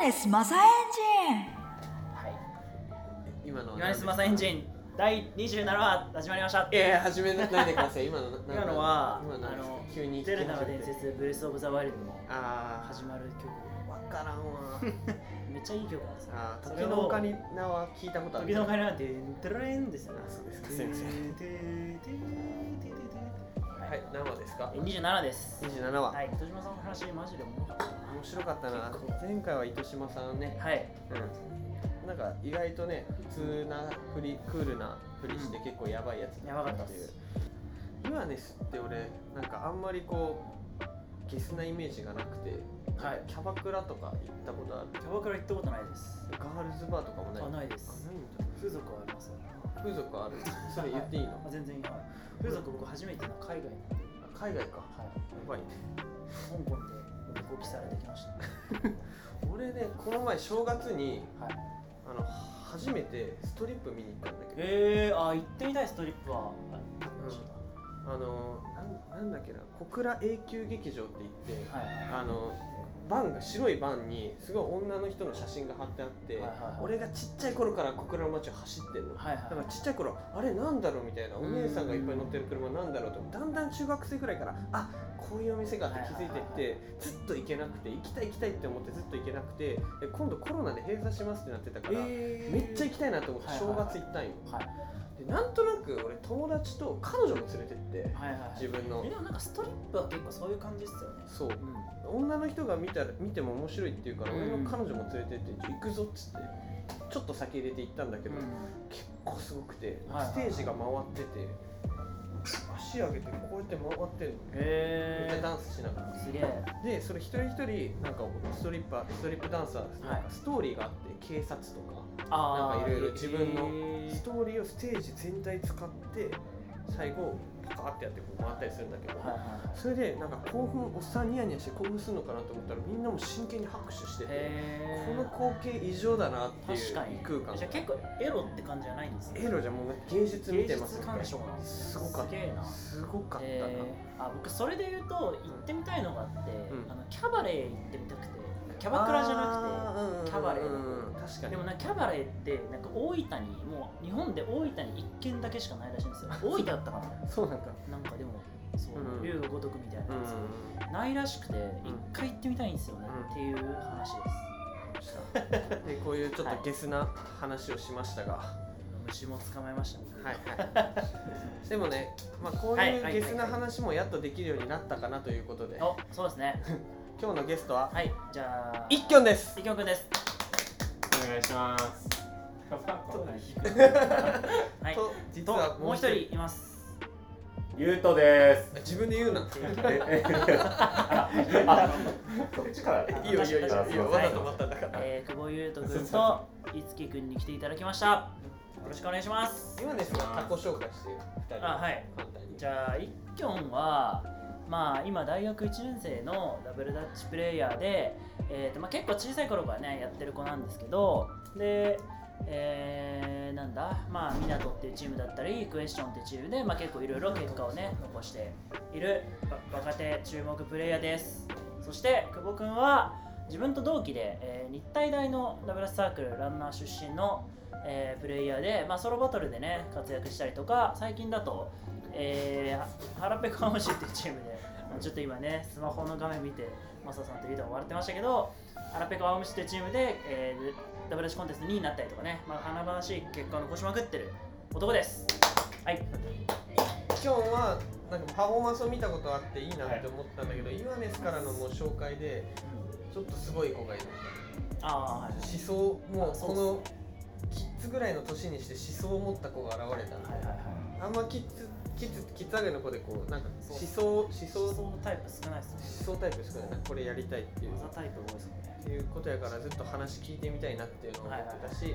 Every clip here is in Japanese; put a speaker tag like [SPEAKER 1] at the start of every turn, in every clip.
[SPEAKER 1] ネスマサエンジン
[SPEAKER 2] 今の
[SPEAKER 3] 今ネスマサエンジン第27話始まりました
[SPEAKER 2] いやいや始めないでください今のな
[SPEAKER 3] 今のは
[SPEAKER 2] 今の
[SPEAKER 3] あの
[SPEAKER 2] 急に
[SPEAKER 3] ゼルダの伝説ブレスオブザワイルドの
[SPEAKER 2] ああ
[SPEAKER 3] 始まる曲
[SPEAKER 2] わからんわ
[SPEAKER 3] めっちゃいい曲なんですよ
[SPEAKER 2] あー
[SPEAKER 3] そ
[SPEAKER 2] 時
[SPEAKER 3] れを
[SPEAKER 2] のオカリナは聞いたことある
[SPEAKER 3] 時の鐘なんてドゥルーンですよね
[SPEAKER 2] あそうですかすいませんはい何話ですか
[SPEAKER 3] え27です
[SPEAKER 2] 27話、
[SPEAKER 3] はい糸島さんの話マジで面白かっ
[SPEAKER 2] 面白かったな
[SPEAKER 3] 結構
[SPEAKER 2] 前回は糸島さんね
[SPEAKER 3] たはい
[SPEAKER 2] うんなんか意外とね普通なふりクールなふりして
[SPEAKER 3] うん
[SPEAKER 2] 結構やばいやつ
[SPEAKER 3] やばかったっ
[SPEAKER 2] っていう
[SPEAKER 3] す
[SPEAKER 2] 今ですって俺なんかあんまりこうゲスなイメージがなくて、
[SPEAKER 3] はい
[SPEAKER 2] キャバクラとか行ったことある
[SPEAKER 3] キャバクラ行ったことないです
[SPEAKER 2] ガールズバーとかもない
[SPEAKER 3] あないです
[SPEAKER 2] あないんだ
[SPEAKER 3] 風俗はありますよ
[SPEAKER 2] 風俗あるそれ言っていいの、
[SPEAKER 3] あ全然いいはい風俗僕初めての 海外なんで
[SPEAKER 2] 海外か
[SPEAKER 3] はい
[SPEAKER 2] やばいね
[SPEAKER 3] 香港でご起されてきました
[SPEAKER 2] 俺ねこの前正月に
[SPEAKER 3] はい
[SPEAKER 2] あの初めてストリップ見に行ったんだけど、
[SPEAKER 3] えー、あ行ってみたいストリップは、
[SPEAKER 2] あのなんなんだっけな小倉永久劇場って言って
[SPEAKER 3] はい
[SPEAKER 2] あのバンが白いバンにすごい女の人の写真が貼ってあって、
[SPEAKER 3] はいはいはい
[SPEAKER 2] 俺がちっちゃい頃から小倉の街を走ってんの、
[SPEAKER 3] はい
[SPEAKER 2] だか
[SPEAKER 3] は
[SPEAKER 2] らちっちゃい頃あれなんだろうみたいなお姉さんがいっぱい乗ってる車なんだろうとだんだん中学生くらいからあこういうお店があって気づいてってずっと行けなくて行きたい行きたいって思ってずっと行けなくてで今度コロナで閉鎖しますってなってたか
[SPEAKER 3] い
[SPEAKER 2] ら、
[SPEAKER 3] え
[SPEAKER 2] めっちゃ行きたいなと思って
[SPEAKER 3] はいはい
[SPEAKER 2] 正
[SPEAKER 3] はい
[SPEAKER 2] 月行ったんよ、
[SPEAKER 3] はい
[SPEAKER 2] でなんとなく俺友達と彼女も連れてって
[SPEAKER 3] はいはい
[SPEAKER 2] 自分の
[SPEAKER 3] えでもなんかストリップは結構そういう感じですよね
[SPEAKER 2] そう
[SPEAKER 3] うん
[SPEAKER 2] 女の人が見たら見ても面白いって言うから
[SPEAKER 3] うん
[SPEAKER 2] 俺の彼女も連れてって行くぞっつってちょっと先入れて行ったんだけど、結構すごくて
[SPEAKER 3] はい
[SPEAKER 2] ステージが回ってて、足上げてこうやって回ってるのめっちゃ
[SPEAKER 3] え
[SPEAKER 2] ダンスしながら
[SPEAKER 3] ー、すげえ
[SPEAKER 2] でそれ一人一人なんかストリッパーストリップダンサーなんかストーリーがあって警察とか
[SPEAKER 3] あ
[SPEAKER 2] なんかいろいろ
[SPEAKER 3] ー
[SPEAKER 2] 自分の
[SPEAKER 3] え
[SPEAKER 2] ストーリーをステージ全体使って最後パカってやってこう回ったりするんだけど、
[SPEAKER 3] ーはいはいはい
[SPEAKER 2] それでなんか興奮おっさんニヤニヤして興奮するのかなと思ったらみんなも真剣に拍手してて
[SPEAKER 3] え
[SPEAKER 2] この光景異常だなっていう
[SPEAKER 3] 確かに
[SPEAKER 2] 空間
[SPEAKER 3] じゃあ結構エロって感じじゃないんですね
[SPEAKER 2] エロじゃんもう芸術見てます
[SPEAKER 3] 芸術
[SPEAKER 2] みたいな
[SPEAKER 3] 鑑賞なんです
[SPEAKER 2] すごかっ
[SPEAKER 3] すげえな
[SPEAKER 2] たすごかったな、
[SPEAKER 3] えーあ僕それで言うと行ってみたいのがあって、
[SPEAKER 2] うん
[SPEAKER 3] あのキャバレー行ってみたくてキャバクラじゃなくて
[SPEAKER 2] な
[SPEAKER 3] キャバレー
[SPEAKER 2] 確かに
[SPEAKER 3] でもなんかキャバレーってなんか大分にもう日本で大分に1軒だけしかないらしいんです よ大分だったかな
[SPEAKER 2] そうなんだ
[SPEAKER 3] なんかでもそう
[SPEAKER 2] うん
[SPEAKER 3] 竜が如くみたいな
[SPEAKER 2] うん
[SPEAKER 3] やつ、ないらしくて一回行ってみたいんですよね、
[SPEAKER 2] うん
[SPEAKER 3] っていう話です
[SPEAKER 2] でこういうちょっ
[SPEAKER 3] はい
[SPEAKER 2] とゲスな話をしましたが、は
[SPEAKER 3] 虫も捕まえましたね
[SPEAKER 2] い はい、でもね、まあ、こう
[SPEAKER 3] はい
[SPEAKER 2] い
[SPEAKER 3] は
[SPEAKER 2] う
[SPEAKER 3] い
[SPEAKER 2] ゲスな話もやっとできるようになったかなということで、
[SPEAKER 3] おそうですね
[SPEAKER 2] 今日のゲストは
[SPEAKER 3] はいじゃあ
[SPEAKER 2] 一きょんです
[SPEAKER 3] 一挙くんです
[SPEAKER 4] お願いします。
[SPEAKER 3] はい
[SPEAKER 2] と実は
[SPEAKER 3] と
[SPEAKER 2] も
[SPEAKER 3] も
[SPEAKER 2] う
[SPEAKER 3] う一
[SPEAKER 2] 一人
[SPEAKER 3] 人います
[SPEAKER 4] ゆうとです。
[SPEAKER 2] 自分で言うな
[SPEAKER 4] ええあそっちから。
[SPEAKER 2] いいよいいよいいよいいよわざと
[SPEAKER 4] は
[SPEAKER 2] 待ったんだから、
[SPEAKER 3] えー、久保優斗くんといつきくんに来ていただきましたよろしくお願いします
[SPEAKER 2] 今ですね他己紹介してよ二人
[SPEAKER 3] あはい
[SPEAKER 2] 簡単に
[SPEAKER 3] じゃあ一きょんはまあ今大学1年生のダブルダッチプレイヤーで、えーとまあ、結構小さい頃からねやってる子なんですけどでえーなんだまあミナトっていうチームだったりクエスチョンっていうチームで、まあ、結構いろいろ結果をね残しているわ若手注目プレイヤーですそして久保くんは自分と同期で、えー日体大のダブルスサークルランナー出身の、えープレイヤーで、まあ、ソロバトルでね活躍したりとか最近だとえー、ハラペコハムシっていうチームで、まあちょっと今ね、スマホの画面見て、マサさんとリーダーが笑ってましたけど、ハラペコハムシっていうチームで、えー、ダブルシコンテスト2位になったりとかね、まあ、華々しい結果を残しまくってる男です。はい、
[SPEAKER 2] 今日はなんかパフォーマンスを見たことあっていいなって思ったんだけど、今ですからのもう紹介でちょっとすごい子がいる
[SPEAKER 3] ああ、はい。
[SPEAKER 2] 思想も
[SPEAKER 3] あ
[SPEAKER 2] う
[SPEAKER 3] そう
[SPEAKER 2] こ
[SPEAKER 3] っす
[SPEAKER 2] のキッズぐらいの年にして思想を持った子が現れたの
[SPEAKER 3] はいはいはい。
[SPEAKER 2] あんまキッズキッズキッズ上げの子でこうなんか
[SPEAKER 3] そう
[SPEAKER 2] 思想思
[SPEAKER 3] 思
[SPEAKER 2] 想
[SPEAKER 3] 想タイプ少ないですね。
[SPEAKER 2] 思想タイプしかないなんかこれやりたいっていう
[SPEAKER 3] マザタイプ多いですもんね。
[SPEAKER 2] っていうことやからずっと話聞いてみたいなっていうのを思ってたし、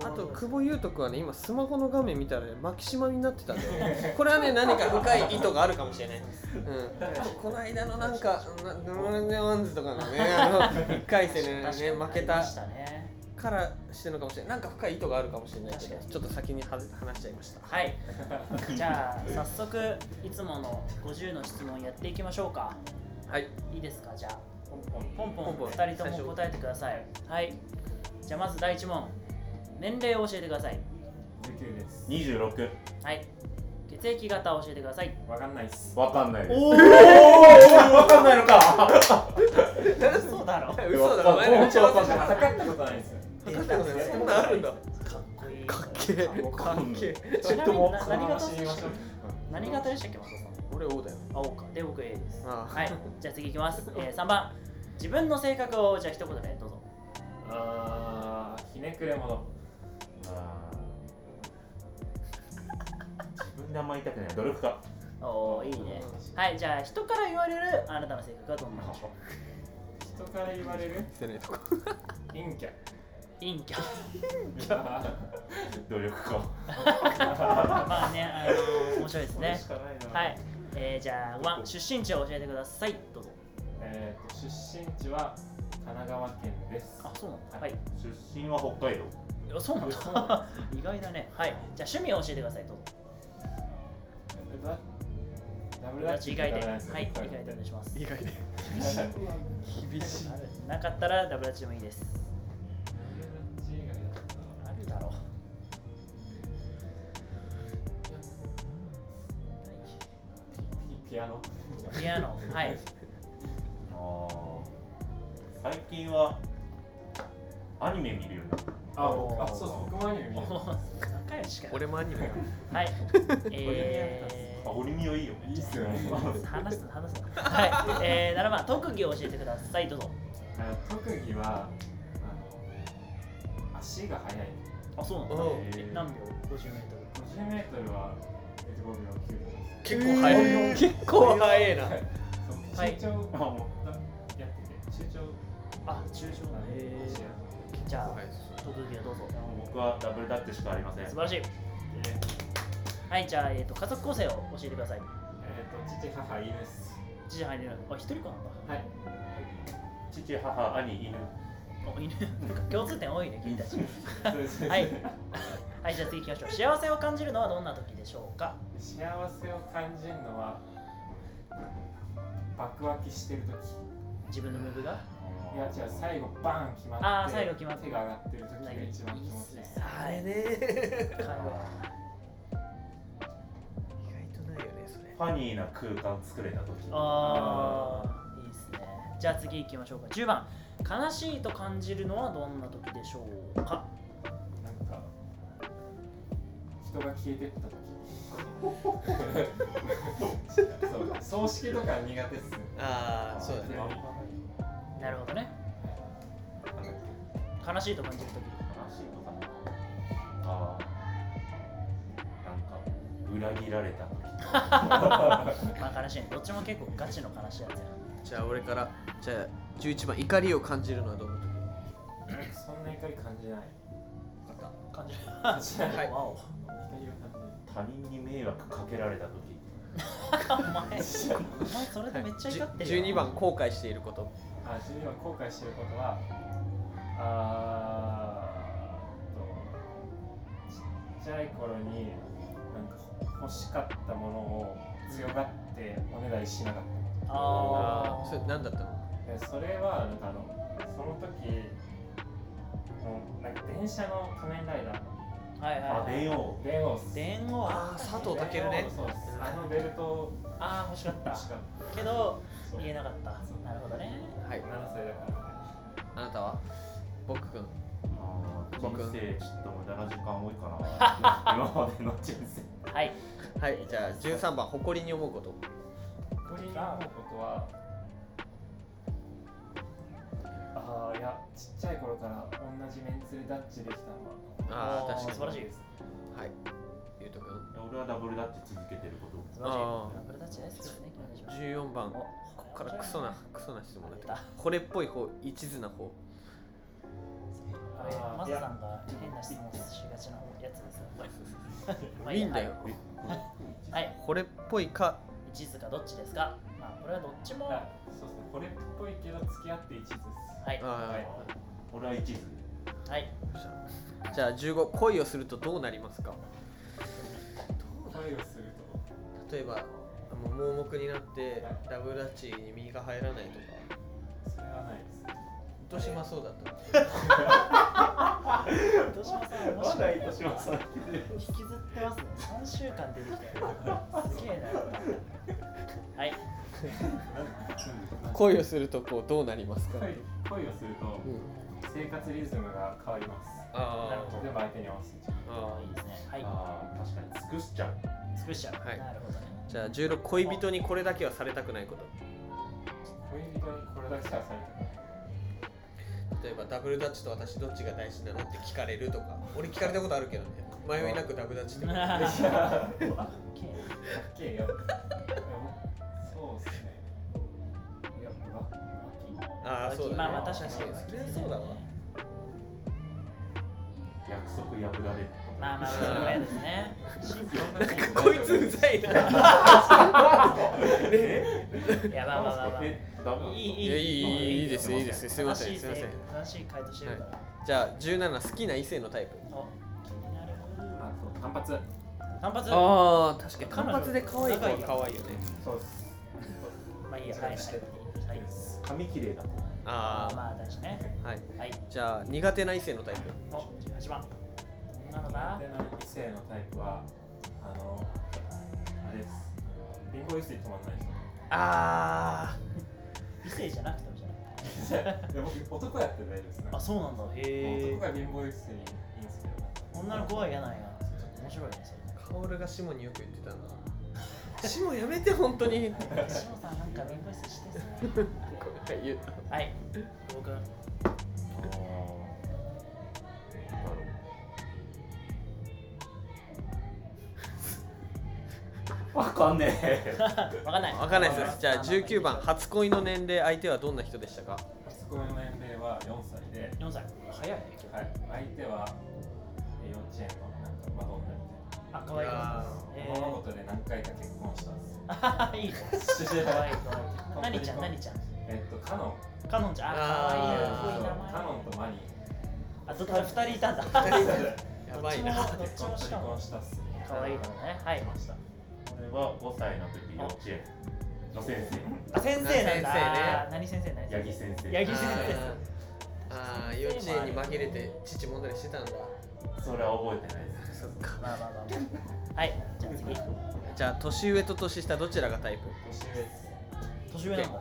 [SPEAKER 2] あと久
[SPEAKER 3] 久
[SPEAKER 2] 保優斗君はね今スマホの画面見たらねマキシマになってたんだよねこれはね何か深い意図があるかもしれない、うん、この間のなんか「なドラゴンズワンズ」とかのねあの1回戦でね
[SPEAKER 3] 確かに
[SPEAKER 2] 負け
[SPEAKER 3] あり
[SPEAKER 2] た
[SPEAKER 3] ましたね。
[SPEAKER 2] からしてるのかもしれないなんか深い意図があるかもしれないけど
[SPEAKER 3] 確かに
[SPEAKER 2] ちょっと先には話しちゃいました
[SPEAKER 3] はい、じゃあ早速いつもの50の質問やっていきましょうか。
[SPEAKER 2] はい
[SPEAKER 3] いいですかじゃあ
[SPEAKER 4] ポンポ
[SPEAKER 3] ポ
[SPEAKER 4] ン
[SPEAKER 3] ンポ
[SPEAKER 2] ポン
[SPEAKER 3] ン
[SPEAKER 2] ポン
[SPEAKER 3] 2人とも答えてくださいはいじゃあまず第1問年齢を教えてください
[SPEAKER 4] 19です
[SPEAKER 5] 26
[SPEAKER 3] はい血液型教えてください
[SPEAKER 4] わかんないっす
[SPEAKER 5] わかんないです
[SPEAKER 3] お
[SPEAKER 5] おーわかんないのか
[SPEAKER 3] そうだろかっ
[SPEAKER 2] 嘘だろ前の
[SPEAKER 5] 本当わかんない
[SPEAKER 4] 測ったことないっす
[SPEAKER 2] そんなあるんだ
[SPEAKER 3] こいい
[SPEAKER 2] け
[SPEAKER 5] かっけ
[SPEAKER 3] ちなみにな何型
[SPEAKER 4] 知りましょう
[SPEAKER 3] 何型でしたっけ松田さん
[SPEAKER 2] 俺王だよ
[SPEAKER 3] 青かで僕 A です
[SPEAKER 2] ああ
[SPEAKER 3] はいじゃあ次いきます、えー、3番自分の性格をじゃあ一言でどうぞ
[SPEAKER 4] あーひねくれ者
[SPEAKER 5] あー自分であんまり言いたくない努力家
[SPEAKER 3] おおいいねはいじゃあ人から言われるあなたの性格はどんなでしょう
[SPEAKER 4] 人から言われる
[SPEAKER 2] してねえとこ
[SPEAKER 4] 陰キャ
[SPEAKER 3] 陰キ ャ
[SPEAKER 5] 努力家
[SPEAKER 3] まあねあの面白いです
[SPEAKER 4] これ
[SPEAKER 3] ね
[SPEAKER 4] しかないな
[SPEAKER 3] はい、えー、じゃあ5番出身地を教えてくださいどうぞ
[SPEAKER 4] えーと出身地は神奈川県です
[SPEAKER 3] あそうなんだはい
[SPEAKER 5] 出身は北海道
[SPEAKER 3] いやそうなん だ意外だねはいじゃあ趣味を教えてくださいどうぞ
[SPEAKER 4] だダブルダッチ
[SPEAKER 3] 意外ではい
[SPEAKER 4] はい
[SPEAKER 3] 意外でお願いします
[SPEAKER 2] 外で厳しい
[SPEAKER 3] なかったらダブルダッチでもいいです
[SPEAKER 4] ダ
[SPEAKER 3] あるだろう
[SPEAKER 4] ブルダッチピアノ
[SPEAKER 3] ピアノ はい
[SPEAKER 5] あー最近はアニメ見るようになった
[SPEAKER 4] あ
[SPEAKER 3] おー
[SPEAKER 4] あそうそう僕もアニメ見
[SPEAKER 3] お
[SPEAKER 4] る
[SPEAKER 3] ー仲良しか
[SPEAKER 2] 俺もアニメ
[SPEAKER 3] はいえー
[SPEAKER 5] あオリミオいいよね
[SPEAKER 4] いいっすよ ね
[SPEAKER 3] 話すな話すなはい、えー、7番特技を教えてくださいどうぞ
[SPEAKER 4] あ特技はあの足が速い
[SPEAKER 3] あそうなん
[SPEAKER 2] だ
[SPEAKER 5] へー
[SPEAKER 3] 何秒 50m
[SPEAKER 4] 50m は15秒9秒
[SPEAKER 2] 結構
[SPEAKER 4] です
[SPEAKER 2] 早いよ結構早いな
[SPEAKER 4] そう
[SPEAKER 3] はい
[SPEAKER 4] 身長
[SPEAKER 5] あも
[SPEAKER 4] やってて中長
[SPEAKER 3] あ中長
[SPEAKER 4] な
[SPEAKER 3] だ
[SPEAKER 4] んで足
[SPEAKER 3] へ
[SPEAKER 4] が
[SPEAKER 3] ーじゃあ特技をどうぞ
[SPEAKER 5] うもう僕はダブルダッチしかありません
[SPEAKER 3] 素晴らしい
[SPEAKER 4] で
[SPEAKER 3] はいじゃあ、えー、と家族構成を教えてください
[SPEAKER 4] えっと父母犬です
[SPEAKER 3] 父入れるあ一人っ子なんだ
[SPEAKER 4] はい
[SPEAKER 5] 父母兄犬
[SPEAKER 3] あ犬なんか共通点多いね君たち
[SPEAKER 4] そうですね
[SPEAKER 3] はいはいじゃあ次行きましょう幸せを感じるのはどんな時でしょうか
[SPEAKER 4] 幸せを感じるのは爆湧きしてる時
[SPEAKER 3] 自分のムーブが
[SPEAKER 4] いや違う最後バーン決まって
[SPEAKER 3] あー最後決まって
[SPEAKER 4] 手が上がってる時が
[SPEAKER 3] いいっ
[SPEAKER 4] 一番気持
[SPEAKER 3] す
[SPEAKER 4] ちい
[SPEAKER 3] ね
[SPEAKER 4] いです
[SPEAKER 2] あれね
[SPEAKER 3] はい
[SPEAKER 2] 意外とないよねそれ
[SPEAKER 5] ファニーな空間作れた時
[SPEAKER 3] ああいいですねじゃあ次行きましょうか10番悲しいと感じるのはどんな時でしょうか
[SPEAKER 4] なんか人が消えてった時そう葬式とか苦手っ すね
[SPEAKER 2] ああそうだね
[SPEAKER 4] 悲
[SPEAKER 3] なるほどね悲しいと感じる時
[SPEAKER 5] 悲しいとかああなんか裏切られた時
[SPEAKER 3] まあ悲しいねどっちも結構ガチの悲しいやつや
[SPEAKER 2] じゃあ俺からじゃあ11番怒りを感じるのはどの時
[SPEAKER 4] そんな怒り感じない
[SPEAKER 3] 感じる
[SPEAKER 4] 感じない
[SPEAKER 2] はい
[SPEAKER 3] わお
[SPEAKER 4] 怒りを感じない
[SPEAKER 5] 他人に迷惑かけられた時
[SPEAKER 3] お前お前それでめっちゃ怒ってるよ
[SPEAKER 2] 12番後悔していること
[SPEAKER 4] あ自分は後悔してることはあーっとちっちゃい頃になんか欲しかったものを強がっておねだりしなかっ
[SPEAKER 3] あ
[SPEAKER 2] それ何だったの
[SPEAKER 4] たでそれはなんかあのその時もうなんか電車の仮面ライダー
[SPEAKER 3] あはいはい
[SPEAKER 5] あ
[SPEAKER 3] はい
[SPEAKER 5] 電王
[SPEAKER 4] 電王っす
[SPEAKER 3] 電話
[SPEAKER 2] ああ佐藤健ね
[SPEAKER 4] 電王そうっすあのベルト
[SPEAKER 3] ああ欲しかっ
[SPEAKER 4] 欲しか
[SPEAKER 3] た
[SPEAKER 4] った
[SPEAKER 3] けど
[SPEAKER 4] そう
[SPEAKER 3] 言えなかった
[SPEAKER 4] そう
[SPEAKER 3] なるほどね
[SPEAKER 2] はい
[SPEAKER 4] 7歳だから
[SPEAKER 2] あなたは僕くん
[SPEAKER 5] あー
[SPEAKER 2] 僕
[SPEAKER 5] 人生ちょっと無駄な時間多いか な今までの人生
[SPEAKER 3] はい
[SPEAKER 2] はいじゃあ13番誇りに思うこと
[SPEAKER 4] 誇りに思うことはああいやちっちゃい頃から同じメンツでダッチできたのは
[SPEAKER 2] あ
[SPEAKER 3] お
[SPEAKER 2] あ
[SPEAKER 3] ー
[SPEAKER 2] 確
[SPEAKER 3] 素晴
[SPEAKER 2] かに
[SPEAKER 3] らしいです
[SPEAKER 2] はいゆうとくん
[SPEAKER 5] 俺はダブルダッチ続けてること
[SPEAKER 3] 素晴らしい
[SPEAKER 2] あー
[SPEAKER 3] ダブルダッチ大好きですね今の人
[SPEAKER 2] 14番
[SPEAKER 3] お
[SPEAKER 2] ここからクソなクソな質問だって
[SPEAKER 3] あ
[SPEAKER 2] これっぽい方一途な方
[SPEAKER 3] あれ
[SPEAKER 4] あ
[SPEAKER 3] マ
[SPEAKER 4] ー
[SPEAKER 3] サさんが変な質問しがちなやつですよこれまあ
[SPEAKER 2] いいんだよ
[SPEAKER 3] はいはい
[SPEAKER 2] これっぽいか
[SPEAKER 3] 一途かどっちですかまあこれはどっちも
[SPEAKER 4] あそうですねこれっぽいけど付き合って一途です
[SPEAKER 3] はいは
[SPEAKER 2] あ
[SPEAKER 4] はい
[SPEAKER 5] 俺は一
[SPEAKER 3] い
[SPEAKER 5] 途
[SPEAKER 2] ーじゃあ15恋をするとどうなりますか
[SPEAKER 4] 恋をする
[SPEAKER 2] 例えばあの盲目になって
[SPEAKER 4] はい
[SPEAKER 2] ダブルダッチに身が入らないとか
[SPEAKER 4] とそれはないです
[SPEAKER 2] 糸島そうだった
[SPEAKER 3] 糸島さん面
[SPEAKER 5] ま
[SPEAKER 3] 白
[SPEAKER 5] だ
[SPEAKER 3] い
[SPEAKER 5] 糸島さん
[SPEAKER 3] 引きずってますね3週間出てきたよすげえなはい
[SPEAKER 2] 恋をするとこうどうなりますか、
[SPEAKER 4] 恋恋をすると
[SPEAKER 2] うん、
[SPEAKER 4] 生活リズムが変わります
[SPEAKER 2] あ
[SPEAKER 4] 全部相手に合わせちゃう
[SPEAKER 2] あ
[SPEAKER 3] いいですねは
[SPEAKER 5] ああ確かに尽くしちゃう
[SPEAKER 3] い尽くしちゃう、
[SPEAKER 2] はい
[SPEAKER 3] なるほど ね
[SPEAKER 2] じゃあ16恋人にこれだけはされたくないこと
[SPEAKER 4] 恋人にこれだけしかされたくない
[SPEAKER 2] 例えばダブルダッチと私どっちが大事なのって聞かれるとか俺聞かれたことあるけどね迷いなくダブルダッチってこと
[SPEAKER 3] あ
[SPEAKER 2] 嬉しい
[SPEAKER 4] かっけえよでもそうっすねいやわ
[SPEAKER 2] ああそうだね
[SPEAKER 3] まあまあ確かにそうです
[SPEAKER 2] そりゃそうだわ
[SPEAKER 5] 約束破られる
[SPEAKER 3] まあまあそれぐらいです ね
[SPEAKER 2] こいつうざいな
[SPEAKER 3] いやまあまあまあまあ
[SPEAKER 5] えダメなんですか
[SPEAKER 3] いい
[SPEAKER 5] いいいいですいいです
[SPEAKER 3] 楽しいせ楽しい回答してるから、
[SPEAKER 2] じゃあ17好きな異性のタイプ
[SPEAKER 3] お気になる
[SPEAKER 4] あそう単発
[SPEAKER 3] 単発
[SPEAKER 2] ああ確
[SPEAKER 3] かに単発で可愛い子は可
[SPEAKER 2] 愛いよね
[SPEAKER 4] そうっす
[SPEAKER 3] まあいいやはいはいはい
[SPEAKER 5] 髪綺麗だ
[SPEAKER 2] あ
[SPEAKER 3] まあ大事ね
[SPEAKER 2] あはい
[SPEAKER 3] はい
[SPEAKER 2] じゃあ苦手な異性のタイプ
[SPEAKER 3] お8番女のだ
[SPEAKER 4] での異性のタイプはあのあれですリンゴ椅子に止まんない人
[SPEAKER 2] あ
[SPEAKER 3] 異性じゃなくてもじゃない
[SPEAKER 4] いや僕男やって大丈夫ですね
[SPEAKER 3] あそうなんだへえ
[SPEAKER 4] 男が貧乏椅子にいいんですけど
[SPEAKER 3] 女の子は嫌なんや面白いねそれ
[SPEAKER 2] あ薫がシモによく言ってたんだシモやめて本当に
[SPEAKER 3] しもさんなんか弁護士してさ
[SPEAKER 2] 言う
[SPEAKER 3] はい久保君
[SPEAKER 5] あーなんだろうわかんねえ
[SPEAKER 3] 分かんない
[SPEAKER 2] わかんないですじゃあ19番初恋の年齢相手はどんな人でしたか
[SPEAKER 4] 初恋の年齢は4歳で、
[SPEAKER 3] 4歳早いね
[SPEAKER 4] はい、相手はえ幼稚園のなんかマドンナみた
[SPEAKER 3] あ可愛い子
[SPEAKER 4] いな、物事で何回か結婚したんですよ
[SPEAKER 3] えー、 いいね可愛い可愛い何ちゃん何ちゃん
[SPEAKER 4] えっとカノン
[SPEAKER 3] カノンちゃんあ可
[SPEAKER 2] あー
[SPEAKER 3] 愛い
[SPEAKER 4] そう
[SPEAKER 3] ねかっこいい名前
[SPEAKER 4] カノンとマニー
[SPEAKER 3] あとから2人いたん だ
[SPEAKER 2] やばいな
[SPEAKER 3] どっちもどっ
[SPEAKER 4] 結
[SPEAKER 3] ちも
[SPEAKER 4] 婚と
[SPEAKER 3] しか
[SPEAKER 4] 離
[SPEAKER 3] も
[SPEAKER 4] 婚したっすね
[SPEAKER 3] 可愛いのねはい
[SPEAKER 5] 俺は5歳の時幼稚園の先
[SPEAKER 3] あ先生なんだ
[SPEAKER 2] 先生ね
[SPEAKER 3] 何先生何
[SPEAKER 5] 生八木先
[SPEAKER 3] 八
[SPEAKER 5] 生
[SPEAKER 3] 木先生
[SPEAKER 2] あー幼稚園に紛れて父問題してたんだ
[SPEAKER 5] それは覚えてないです
[SPEAKER 2] そっか
[SPEAKER 3] まあまあまあまあはいじゃあ次
[SPEAKER 2] じゃあ年上と年下どちらがタイプ
[SPEAKER 4] 年上です
[SPEAKER 3] 年上なんだ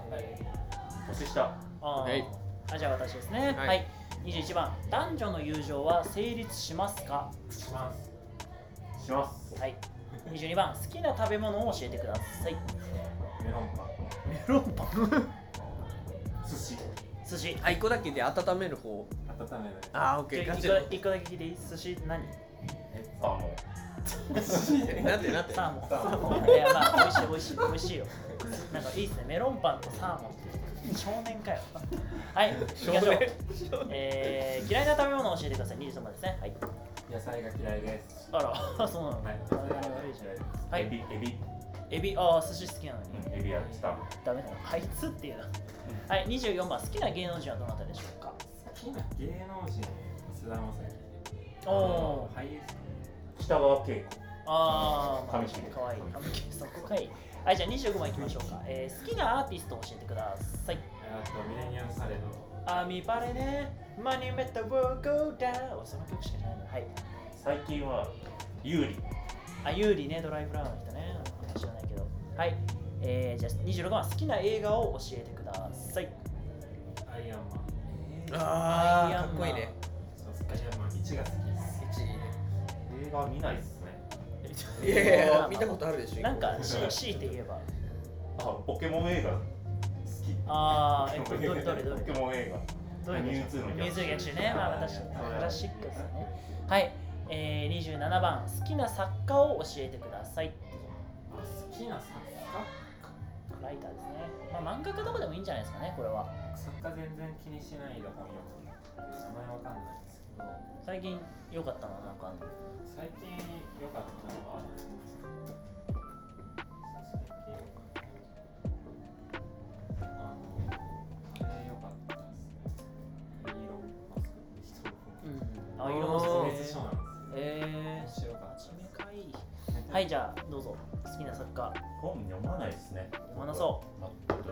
[SPEAKER 5] 年下
[SPEAKER 3] あ
[SPEAKER 2] はい
[SPEAKER 3] ーあじゃあ私ですね
[SPEAKER 2] は
[SPEAKER 3] はいい、21番男女の友情は成立しますか
[SPEAKER 4] します
[SPEAKER 5] します
[SPEAKER 3] はい22番好きな食べ物を教えてください
[SPEAKER 4] メロンパン
[SPEAKER 3] メ ロンパン
[SPEAKER 4] 寿司
[SPEAKER 3] 寿司
[SPEAKER 2] あ一個だけで温める方
[SPEAKER 4] 温めない
[SPEAKER 2] ああオッケーガチ
[SPEAKER 3] 一
[SPEAKER 2] の
[SPEAKER 3] 個一個だけ聞いていい寿司何
[SPEAKER 5] えサーモン
[SPEAKER 2] なんでなんで
[SPEAKER 3] サーモンサーモンいやまあ美味しい美味しい美味しいよなんかいいっすねメロンパンとサーモンって少年かよはい行きましょうえー、嫌いな食べ物を教えてください2様ですねはい
[SPEAKER 4] 野菜が嫌いです
[SPEAKER 3] あらそうなの
[SPEAKER 4] はい
[SPEAKER 3] ね
[SPEAKER 4] 野菜が嫌いです
[SPEAKER 3] は
[SPEAKER 5] エ
[SPEAKER 3] い
[SPEAKER 5] ビエビ
[SPEAKER 3] エビああ寿司好きなのに
[SPEAKER 5] うんエビやってた
[SPEAKER 3] ダメだなあいつっていうなはい24番好きな芸能人はどなたでしょうか
[SPEAKER 4] 好きな芸能人菅田将暉
[SPEAKER 3] おおー
[SPEAKER 4] 俳優さん
[SPEAKER 5] 北川景
[SPEAKER 3] ああ
[SPEAKER 5] 上重
[SPEAKER 3] かわいい神木そこかいはいじゃあ25番いきましょうか、えー、好きなアーティストを教えてください
[SPEAKER 4] えーっとミレニアムパレード
[SPEAKER 3] アミパレねマニュメットウォーゴーダーその曲しか知らないのはい
[SPEAKER 5] 子最近は有利
[SPEAKER 3] あユーリねドライフラワーの人ねうん知らないけどはいえー、じゃあ26番好きな映画を教えてください
[SPEAKER 4] アイアンマン
[SPEAKER 2] あ
[SPEAKER 3] アイ
[SPEAKER 2] あ
[SPEAKER 3] ア
[SPEAKER 2] か
[SPEAKER 3] ン
[SPEAKER 2] っこ
[SPEAKER 3] マン
[SPEAKER 2] いいね
[SPEAKER 4] そうですアイアンマン1が好きです
[SPEAKER 2] 一いいね
[SPEAKER 5] 映画見ないっすね
[SPEAKER 2] いやい や見たことあるでしょ
[SPEAKER 3] なんか C, C って言えば
[SPEAKER 5] あポケモン映画好き
[SPEAKER 3] ああえどれどれどれどれ
[SPEAKER 5] ポケモン映
[SPEAKER 3] どういうこと
[SPEAKER 5] ミュウツーの逆襲
[SPEAKER 3] ミュウツー逆襲ね、まあ、私クラシックですよね。はい、えー、27番、好きな作家を教えてください。
[SPEAKER 4] あ好きな作
[SPEAKER 3] ライターですね。まあ、漫画家とかでもいいんじゃないですかね、これは。
[SPEAKER 4] 家作家全然気にしないだ本読む名前わかんないんですけど
[SPEAKER 3] 最近良かったのはなんかあんの
[SPEAKER 4] 最近良かったのは最近良かったのはあのあれ良かったですねイーロン・マスク人を
[SPEAKER 3] うん。あ、いろんな
[SPEAKER 2] おー
[SPEAKER 4] 滅書なんですよ
[SPEAKER 3] え
[SPEAKER 4] 面
[SPEAKER 3] ー、
[SPEAKER 4] 白かっ
[SPEAKER 3] 真
[SPEAKER 4] た
[SPEAKER 3] 面
[SPEAKER 4] で
[SPEAKER 3] 目かい。
[SPEAKER 4] す
[SPEAKER 3] はい、じゃあ、どうぞ。好きな作家、
[SPEAKER 5] 画本読まないっすね
[SPEAKER 3] 読まなそう
[SPEAKER 5] 全く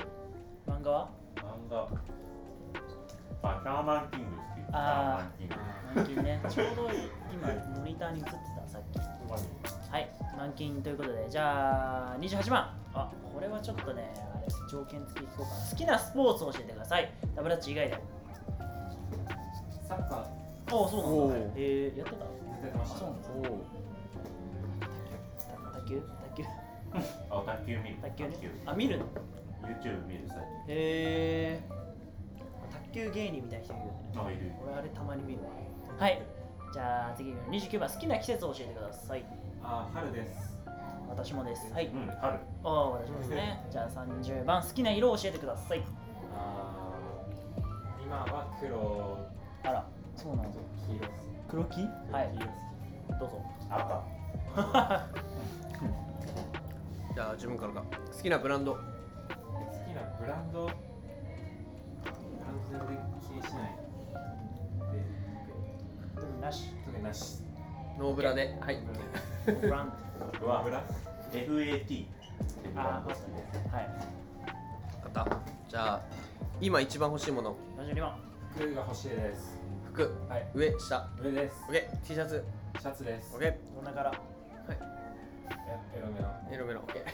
[SPEAKER 3] 漫画は
[SPEAKER 5] 漫画あ、シャーマンキング好き。シャーマ
[SPEAKER 3] あ
[SPEAKER 5] ンキング。
[SPEAKER 3] 南京 ねちょうど今モニターに映ってたさっきはい南京ということでじゃあ28番あこれはちょっとねあれ条件付き聞こうかな好きなスポーツを教えてくださいダブルダッチ以外であ
[SPEAKER 4] サッカー
[SPEAKER 3] あそうなんだ
[SPEAKER 2] おう
[SPEAKER 3] えー、やってた
[SPEAKER 4] 出てま
[SPEAKER 3] あ
[SPEAKER 4] した
[SPEAKER 3] そうなんだ
[SPEAKER 2] おう
[SPEAKER 3] 卓球卓球
[SPEAKER 5] あ、卓球見る。
[SPEAKER 3] 卓球ねあ見るの
[SPEAKER 5] YouTube 見る最
[SPEAKER 3] へえ卓球芸人みたいな人いるよね
[SPEAKER 5] 近。あ、いる。
[SPEAKER 3] 俺あれたまに見るわはいじゃあ次29番好きな季節を教えてください
[SPEAKER 4] あー春です
[SPEAKER 3] 私もですはい
[SPEAKER 5] うん、春。
[SPEAKER 3] ああ私もですねじゃあ30番好きな色を教えてください
[SPEAKER 4] あー今は黒
[SPEAKER 3] あらそうなんだ
[SPEAKER 4] 黄色
[SPEAKER 3] 黒木はい
[SPEAKER 4] 黄色
[SPEAKER 3] どうぞ
[SPEAKER 5] 赤。
[SPEAKER 2] じゃあ自分からか好きなブランド
[SPEAKER 4] 好きなブランドブランド全然気にしないで
[SPEAKER 3] 特になし
[SPEAKER 4] 特になし
[SPEAKER 2] ノーブラではい
[SPEAKER 3] ブラン
[SPEAKER 5] 僕
[SPEAKER 4] ブラ
[SPEAKER 5] は
[SPEAKER 4] ブラ
[SPEAKER 5] FAT っていうブ
[SPEAKER 3] ド
[SPEAKER 5] ラ
[SPEAKER 3] あ
[SPEAKER 5] ン
[SPEAKER 3] あ
[SPEAKER 5] ド
[SPEAKER 3] は
[SPEAKER 5] 好きです。
[SPEAKER 3] い
[SPEAKER 2] 買ったじゃあ今一番欲しいもの
[SPEAKER 3] 42番
[SPEAKER 4] 服が欲しいです
[SPEAKER 2] 服
[SPEAKER 4] はい
[SPEAKER 2] 上下
[SPEAKER 4] 上です
[SPEAKER 2] OK T シャツ
[SPEAKER 4] シャツですえ
[SPEAKER 2] OK
[SPEAKER 3] どんな柄
[SPEAKER 4] エロめの
[SPEAKER 2] エロメロ OK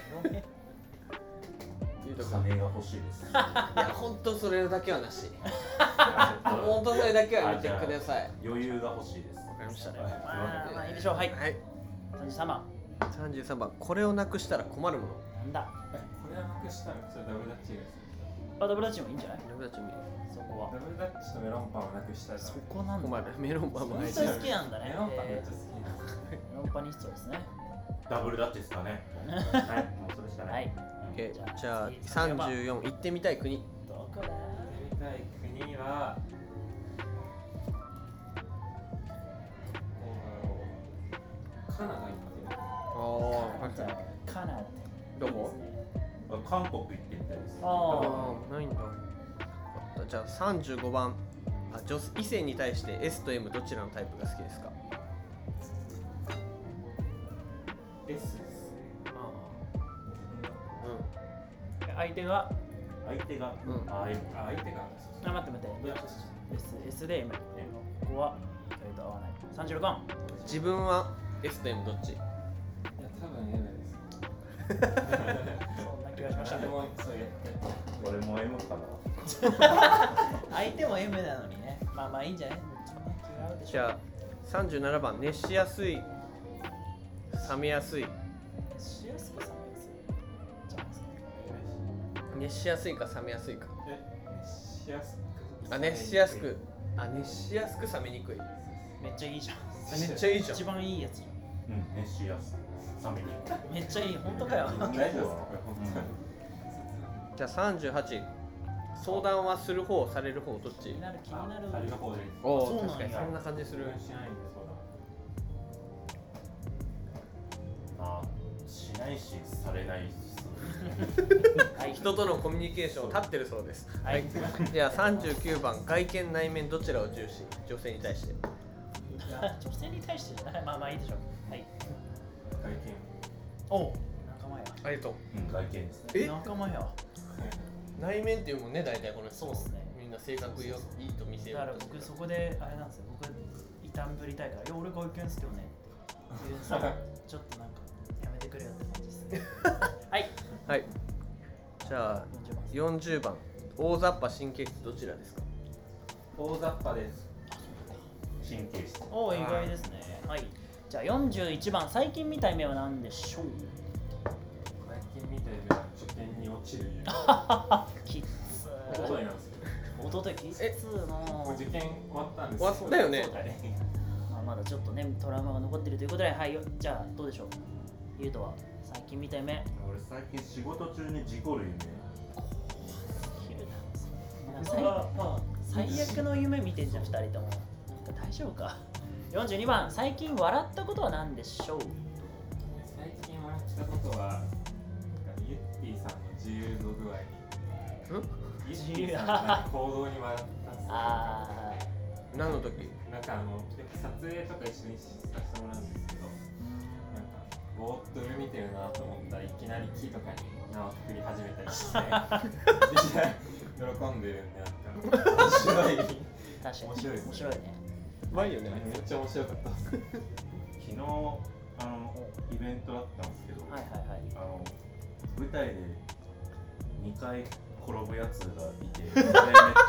[SPEAKER 2] ゆうとくんい
[SPEAKER 5] 金が欲しいです。
[SPEAKER 2] や本当それだけはなし本当それだけは見てください
[SPEAKER 5] 余裕が欲しいです。
[SPEAKER 2] わかりましたね
[SPEAKER 3] まあまあいいでしょうはい
[SPEAKER 2] はい
[SPEAKER 3] 33番
[SPEAKER 2] 33番これをなくしたら困るもの
[SPEAKER 3] なんだ
[SPEAKER 4] えこれはなくしたらそれダブルダッチです
[SPEAKER 3] あダブルダッチもいいんじゃない
[SPEAKER 2] 僕たち
[SPEAKER 3] そこは
[SPEAKER 4] ダブルダッチとメロンパンをなくしたら
[SPEAKER 3] そこなんだ
[SPEAKER 2] 困るメロンパンも
[SPEAKER 3] 本
[SPEAKER 2] ないし
[SPEAKER 3] 当 に好きなんだね
[SPEAKER 4] メロンパンめっちゃ好きなんです
[SPEAKER 3] ロンパニストですね
[SPEAKER 5] ダブルダッチです かね。はい、もうそれしか
[SPEAKER 3] は
[SPEAKER 5] ないい。
[SPEAKER 2] OK じゃあ34行ってみたい国
[SPEAKER 3] どこだ
[SPEAKER 4] 見たい国はえーカナダ行ってみたい
[SPEAKER 2] あ
[SPEAKER 3] カナダカナダ
[SPEAKER 2] どこ
[SPEAKER 5] 韓国行ってみたいです。
[SPEAKER 3] ああ
[SPEAKER 2] ああないんだあったじゃあ35番あ女異性に対して S と M どちらのタイプが好きですか
[SPEAKER 4] S です
[SPEAKER 2] ああ
[SPEAKER 3] 相手が
[SPEAKER 5] 相手が、
[SPEAKER 2] うん
[SPEAKER 5] あ、M。
[SPEAKER 4] あ相手が
[SPEAKER 3] あ待って待って S, S で M ここは意外と合わない36番
[SPEAKER 2] うん自分は S と M どっち
[SPEAKER 4] いや多分 M です
[SPEAKER 3] そんな気がしました
[SPEAKER 4] で
[SPEAKER 3] ね
[SPEAKER 4] もそうやって
[SPEAKER 5] 俺も M かな。
[SPEAKER 3] 相手も M なのにねまあまあいいんじゃない違うでしょ
[SPEAKER 2] じゃあ37番熱しやすい冷めやすい
[SPEAKER 3] しやすく冷めやすいじゃないですか
[SPEAKER 2] 熱しやすいか冷めやすいか
[SPEAKER 4] え熱しやすく
[SPEAKER 2] あ熱しやすくあ熱しやすく冷めにくいあ
[SPEAKER 3] めっちゃいいじゃん
[SPEAKER 2] めっちゃいいじゃん
[SPEAKER 3] 一番いいやつじゃ
[SPEAKER 5] うん、熱しやすい。冷めにくい。
[SPEAKER 3] んめっちゃいい本当かよ
[SPEAKER 4] 大丈夫ですかこれ本当に
[SPEAKER 2] じゃあ38相談はする方される方どっ
[SPEAKER 3] 気
[SPEAKER 2] ち
[SPEAKER 3] になる気になる
[SPEAKER 4] ありがとうございます
[SPEAKER 2] お
[SPEAKER 3] そうなん
[SPEAKER 2] お
[SPEAKER 3] や
[SPEAKER 2] 確かにそんな感じす
[SPEAKER 4] そ
[SPEAKER 2] る
[SPEAKER 4] れはしないんでそう
[SPEAKER 5] あ、しないし、されないし。
[SPEAKER 3] はい
[SPEAKER 2] 人とのコミュニケーションを立ってるそうです
[SPEAKER 3] はい
[SPEAKER 2] じゃあ39番外見内面どちらを重視女性に対して
[SPEAKER 3] 女性に対してじゃないまあまあいいでしょうはい
[SPEAKER 4] だ外見
[SPEAKER 3] おう仲間や
[SPEAKER 2] ありがとう
[SPEAKER 5] うん、外見ですね。
[SPEAKER 2] え
[SPEAKER 3] 仲間や
[SPEAKER 2] 内面っていうもんね大体この人
[SPEAKER 3] そうっすね
[SPEAKER 2] みんな性格よいいと見せよ
[SPEAKER 3] だから
[SPEAKER 2] うとす
[SPEAKER 3] 僕
[SPEAKER 2] る
[SPEAKER 3] そこであれなんですよ僕異端ぶりたいから「いや俺外見っすけどね」っていうさちょっとなんかやめてくれよって感じですねはい
[SPEAKER 2] はいじゃあ
[SPEAKER 3] 40番です
[SPEAKER 2] 40番大雑把神経質どちらですか
[SPEAKER 4] 大雑把です
[SPEAKER 5] 神経質。
[SPEAKER 3] おお意外ですねはいじゃあ41番最近見た夢は何でしょう
[SPEAKER 4] 最近みたいな受験に落ちる
[SPEAKER 3] キッズ
[SPEAKER 4] おとといなんですけ
[SPEAKER 3] おとといキッズ
[SPEAKER 4] ど
[SPEAKER 3] の
[SPEAKER 4] 受験終わったんです
[SPEAKER 2] 終わったよね
[SPEAKER 4] そうだね
[SPEAKER 3] まあまだちょっとねトラウマが残ってるということではいよじゃあどうでしょうゆうとは最近見た夢
[SPEAKER 5] 俺最近仕事中に事故る夢。
[SPEAKER 3] 昼なんですよ
[SPEAKER 5] それはま
[SPEAKER 3] 最悪の夢見てんじゃん2人ともなんか大丈夫か42番最近笑ったことは何でしょう
[SPEAKER 4] 最近笑ったことはなんかゆってぃさんの自由度具合にゆってぃさんのなんか行動に笑ったんですよ
[SPEAKER 3] あ
[SPEAKER 2] 何の時
[SPEAKER 4] なんかあの結構撮影とか一緒にさせてもらうんですけどなんかぼーっと上見てるなと思ったらいきなり木とかに縄くくり始めたりしてで喜んでるんでなんか面白い
[SPEAKER 3] 確かに
[SPEAKER 4] 面白いですね
[SPEAKER 3] 面白いね
[SPEAKER 2] うまいよね
[SPEAKER 4] めっちゃ面白かったです
[SPEAKER 5] 昨日あのイベントだったんですけど、
[SPEAKER 3] はいはいはい
[SPEAKER 5] あの舞台で2回転ぶやつがい てそれめっち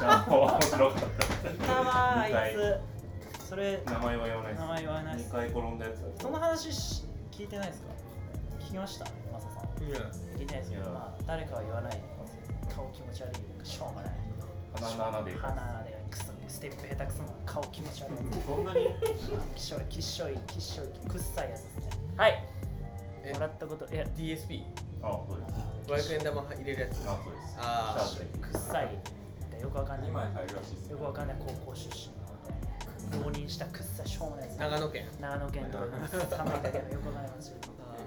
[SPEAKER 5] ゃ面白かっ
[SPEAKER 3] いたわ
[SPEAKER 5] 二
[SPEAKER 3] あい
[SPEAKER 5] 回
[SPEAKER 3] つそれ
[SPEAKER 5] た名前は言わないで
[SPEAKER 3] 名前言わないっ
[SPEAKER 5] す
[SPEAKER 3] す
[SPEAKER 5] 2回転んだやつ
[SPEAKER 3] その話し聞いてないですか聞きましたマサさん
[SPEAKER 2] いや
[SPEAKER 3] 聞いてないですけど
[SPEAKER 5] いや
[SPEAKER 3] まあ誰かは言わない顔気持ち悪いなんかしょうもない
[SPEAKER 5] 鼻の穴で
[SPEAKER 3] 鼻でクソステップ下手くそな顔気持ち悪い
[SPEAKER 4] そんなに
[SPEAKER 3] きっしょいきっしょいきっしょいくっさいやつですねはい
[SPEAKER 2] え
[SPEAKER 3] もらったこといや
[SPEAKER 2] DSP
[SPEAKER 5] あそうです
[SPEAKER 2] 500円玉入れるやつ
[SPEAKER 5] あそうです
[SPEAKER 2] あー
[SPEAKER 5] シャープ
[SPEAKER 3] くっさいってよくわかんない
[SPEAKER 4] 2枚入るらしいです
[SPEAKER 3] よくわかんない高校出身なので浪人したくっさいしょうもないやつ
[SPEAKER 2] 長野県
[SPEAKER 3] 長野県とか寒いだけの横ない町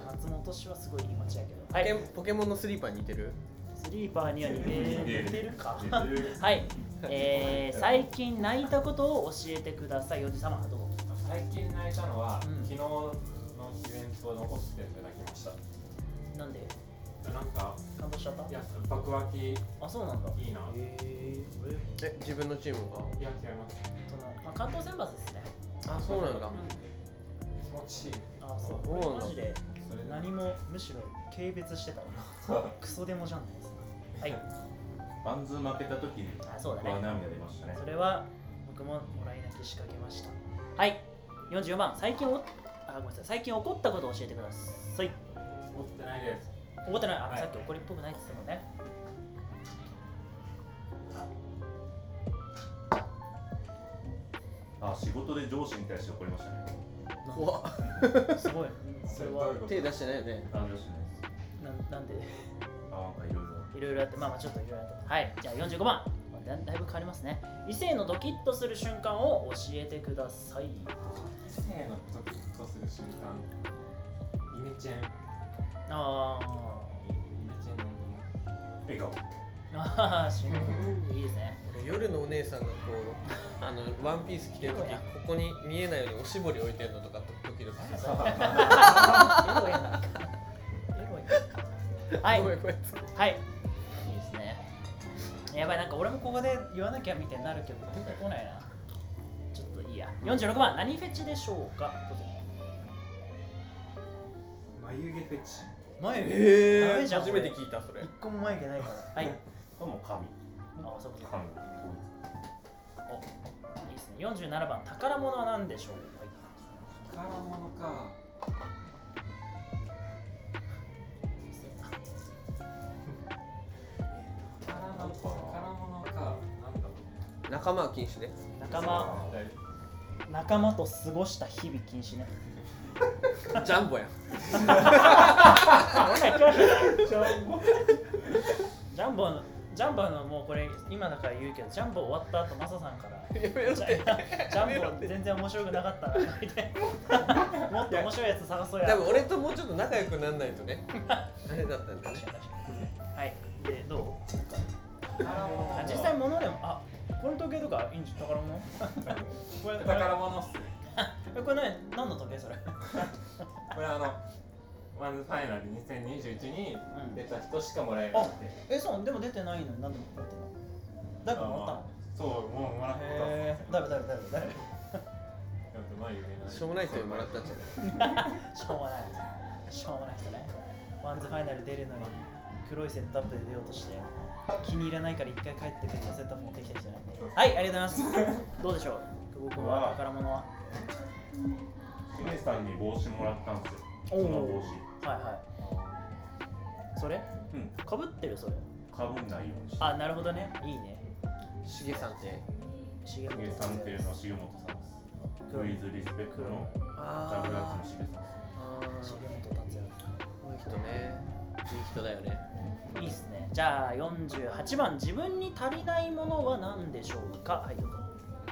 [SPEAKER 3] 松本市はすごいいい町やけどは
[SPEAKER 2] ポケ
[SPEAKER 3] い
[SPEAKER 2] モンポケモンのスリーパー似てる
[SPEAKER 3] スリーパーには似てる似てるか
[SPEAKER 5] 出てる
[SPEAKER 3] はい、えー、最近泣いたことを教えてください、おじさまどう
[SPEAKER 4] 最近泣いたのは、
[SPEAKER 3] うん
[SPEAKER 4] 昨日のイベントのホステルで泣きまし
[SPEAKER 3] なんで
[SPEAKER 4] たなんか
[SPEAKER 3] 感動しちゃった
[SPEAKER 4] いや爆湧きいい
[SPEAKER 3] あ、そうなんだ。
[SPEAKER 4] な
[SPEAKER 2] え自分のチームが
[SPEAKER 4] いや違います
[SPEAKER 3] そのまあ、関東選抜ですね。
[SPEAKER 2] あそうなんだ
[SPEAKER 4] 気持ちいい
[SPEAKER 3] あ、そう。
[SPEAKER 2] そうなん
[SPEAKER 3] 俺
[SPEAKER 2] だ
[SPEAKER 3] マジで
[SPEAKER 4] それで
[SPEAKER 3] 何もむしろ軽蔑してたわ。クソデモじゃんね。はい。
[SPEAKER 5] バンズ負けた時に
[SPEAKER 3] あ、そうだ
[SPEAKER 5] 僕は
[SPEAKER 3] ね。
[SPEAKER 5] 涙出ましたね
[SPEAKER 3] それは僕ももらい泣き仕掛けました。はい。44番、最近おあごめんなさい最近怒ったことを教えてください。
[SPEAKER 4] 持ってないです
[SPEAKER 3] 怒ってない。あ、
[SPEAKER 4] はい
[SPEAKER 3] さっき怒りっぽくないって言ってたもんね。
[SPEAKER 5] あ仕事で上司に対して怒りましたね
[SPEAKER 2] 怖っ
[SPEAKER 3] すごい。それ は
[SPEAKER 2] 手出してないよね
[SPEAKER 5] あ上司のやつ
[SPEAKER 3] なんなんで
[SPEAKER 5] あなんかいろいろ
[SPEAKER 3] いろいろあって、まあまあちょっといろいろあって。はい、じゃあ45番。だだいぶ変わりますね。異性のドキッとする瞬間を教えてください。
[SPEAKER 4] 異性のドキッとする瞬間イメチェンイメ
[SPEAKER 3] あ
[SPEAKER 4] チェンの
[SPEAKER 5] 笑顔
[SPEAKER 3] ーあー、瞬間。いいですね。
[SPEAKER 2] 夜のお姉さんがこうあのワンピース着てる時ここに見えないようにおしぼり置いてるのとか時
[SPEAKER 3] エ
[SPEAKER 2] 々
[SPEAKER 3] ロやなんか。エロや。はい
[SPEAKER 2] ご、めんごめん
[SPEAKER 3] はい。いいですね。やばい、なんか俺もここで言わなきゃみたいになるけど、出てこないな。ちょっといいや。46番、何フェチでしょうかどうぞ
[SPEAKER 4] 眉毛フェチ
[SPEAKER 3] 前ダメじゃん
[SPEAKER 2] 初めて聞いたそれ
[SPEAKER 3] 一個も眉毛ないから。はい。
[SPEAKER 5] これも
[SPEAKER 3] あ、
[SPEAKER 5] 神
[SPEAKER 3] そうかそうか。
[SPEAKER 5] 神
[SPEAKER 3] おいいですね。47番、宝物は何でしょう
[SPEAKER 4] 宝物か宝物宝物かなんだろ
[SPEAKER 2] 仲間は禁止ね
[SPEAKER 3] 仲間
[SPEAKER 4] う
[SPEAKER 3] 仲間と過ごした日々禁止ね。
[SPEAKER 2] ジャンボやん
[SPEAKER 3] ジャンボジャンボのジャンボのもうこれ今だから言うけどジャンボ終わった後マサさんから
[SPEAKER 2] やめろっ
[SPEAKER 3] ジ
[SPEAKER 2] て
[SPEAKER 3] ャジャンボ全然面白くなかったなみたいなもっと面白いやつ探そうや
[SPEAKER 2] 多分俺ともうちょっと仲良くならないとねあれだったんだよね
[SPEAKER 3] 確かに確かにはいでどうなんか
[SPEAKER 4] 宝物
[SPEAKER 3] あ
[SPEAKER 4] は
[SPEAKER 3] 実際物でもあこの時計とかいいんじゃん宝物これこれ
[SPEAKER 4] 宝物っすね
[SPEAKER 3] えこれ何何の時計それ
[SPEAKER 4] これあのワンズファイナル2021に
[SPEAKER 3] うん
[SPEAKER 4] 出た人しかもらえる
[SPEAKER 3] あ
[SPEAKER 4] って
[SPEAKER 3] えそうでも出てないのに何でも持ってない誰か持ったの
[SPEAKER 4] そうもうもらった
[SPEAKER 3] へえ誰誰誰誰
[SPEAKER 4] だって眉毛ない
[SPEAKER 2] しょうもない人にもらったんじゃない
[SPEAKER 3] しょうがない。しょうがない人ね。ワンズファイナル出るのに黒いセットアップで出ようとして気に入らないから一回帰ってくるセットアップ持ってきた人ね。はい、ありがとうござい ます。どうでしょう久保君は宝物はは
[SPEAKER 5] しげさんに帽子もらったんですよそ
[SPEAKER 3] おう
[SPEAKER 5] の帽
[SPEAKER 3] いはい。それ
[SPEAKER 5] 子うん
[SPEAKER 3] かぶってるそれ。
[SPEAKER 5] かぶんないようにして
[SPEAKER 3] あ、なるほどね。いいね。
[SPEAKER 2] しげさんって
[SPEAKER 3] 重
[SPEAKER 5] しげ
[SPEAKER 3] 本
[SPEAKER 5] さんっていうのは重本さんですクイズリスペクトのダブルアッチのしげさんです
[SPEAKER 3] 重本達也。
[SPEAKER 2] いい人ねいい人だよね
[SPEAKER 3] いいっすね。じゃあ48番、自分に足りないものは何でしょうかはい、どうぞ。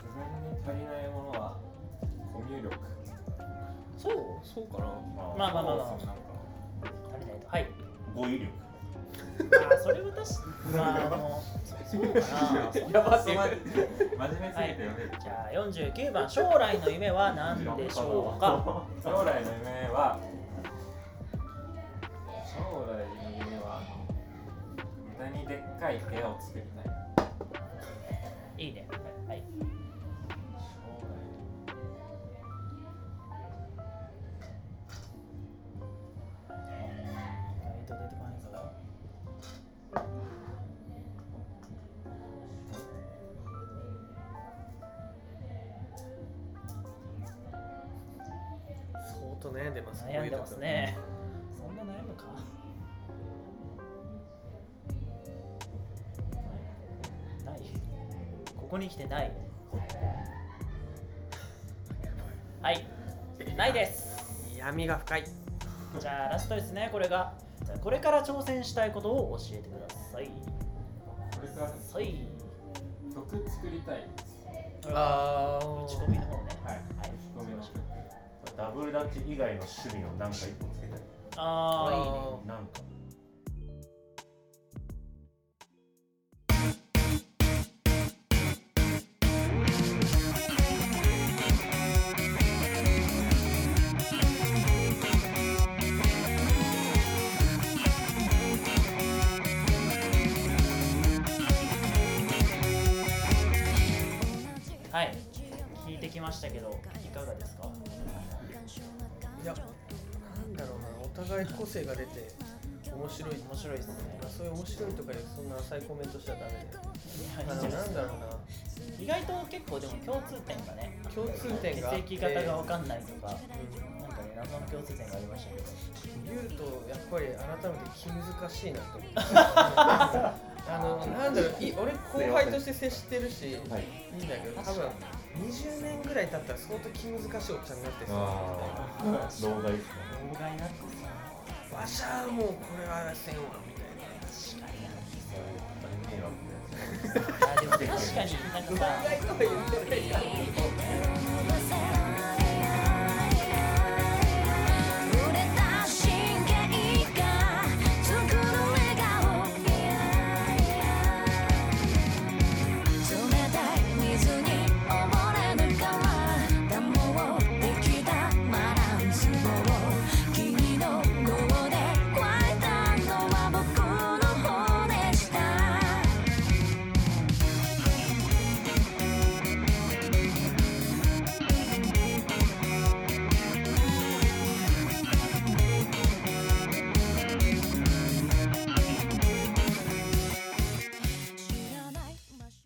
[SPEAKER 4] 自分に足りないものはコミュ力
[SPEAKER 2] そうそうかな
[SPEAKER 3] まあまあまあま
[SPEAKER 4] そうそうなんか
[SPEAKER 3] あ、足りないと。はい。
[SPEAKER 5] 語彙力
[SPEAKER 3] あーそれは確かに、まあ、あのそうかな
[SPEAKER 2] やばす
[SPEAKER 4] 真
[SPEAKER 2] ぎ
[SPEAKER 4] 面
[SPEAKER 2] る
[SPEAKER 4] 目すぎて読める
[SPEAKER 3] じゃあ49番将来の夢は何でしょうか
[SPEAKER 4] 将来の夢は将来の夢は無駄にでっかい部屋を作りたい
[SPEAKER 2] と悩んでます
[SPEAKER 3] 悩んでますね
[SPEAKER 2] こういうとこ
[SPEAKER 3] そんな悩むかないここに来てないはいないです
[SPEAKER 2] 闇が深い
[SPEAKER 3] じゃあラストですねこれがじゃあこれから挑戦したいことを教えてください
[SPEAKER 4] これからです
[SPEAKER 3] はい
[SPEAKER 4] 曲作りたいです
[SPEAKER 2] あ
[SPEAKER 3] 打ち込みの方ね
[SPEAKER 4] はい
[SPEAKER 3] はい
[SPEAKER 4] ごめんなさい
[SPEAKER 5] ダブルダッチ以外の趣味を何か一本つけたい
[SPEAKER 3] あーいいね
[SPEAKER 2] あ
[SPEAKER 5] なんか
[SPEAKER 3] はい聞いてきましたけどいかがですか
[SPEAKER 2] いやなんだろうなお互い個性が出て面白い
[SPEAKER 3] 面白いですね
[SPEAKER 2] まあそういう面白いとかいうそんな浅いコメントしちゃダメであ
[SPEAKER 3] いやいいじゃ
[SPEAKER 2] の
[SPEAKER 3] ないです
[SPEAKER 2] なん
[SPEAKER 3] か
[SPEAKER 2] だろう
[SPEAKER 3] 意外と結構でも共通点がね
[SPEAKER 2] な共通点があっ
[SPEAKER 3] 血
[SPEAKER 2] て
[SPEAKER 3] 液型が分かんないとかなんかね謎の共通点がありましたけど
[SPEAKER 2] 言うとやっぱり改めて気難しいな と思ってあのなんだろうい俺後輩として接してるしいいんだ
[SPEAKER 5] はい
[SPEAKER 2] けど多分20年ぐらい経ったら相当気難しいおっちゃんになってそう
[SPEAKER 5] ああ老害ですか
[SPEAKER 3] 老害になって
[SPEAKER 2] わしゃあもうこれはせんわみたいな
[SPEAKER 5] 迷惑
[SPEAKER 3] さあ
[SPEAKER 5] なやつ
[SPEAKER 3] でも確かになんかさ
[SPEAKER 2] 意外とは言ってない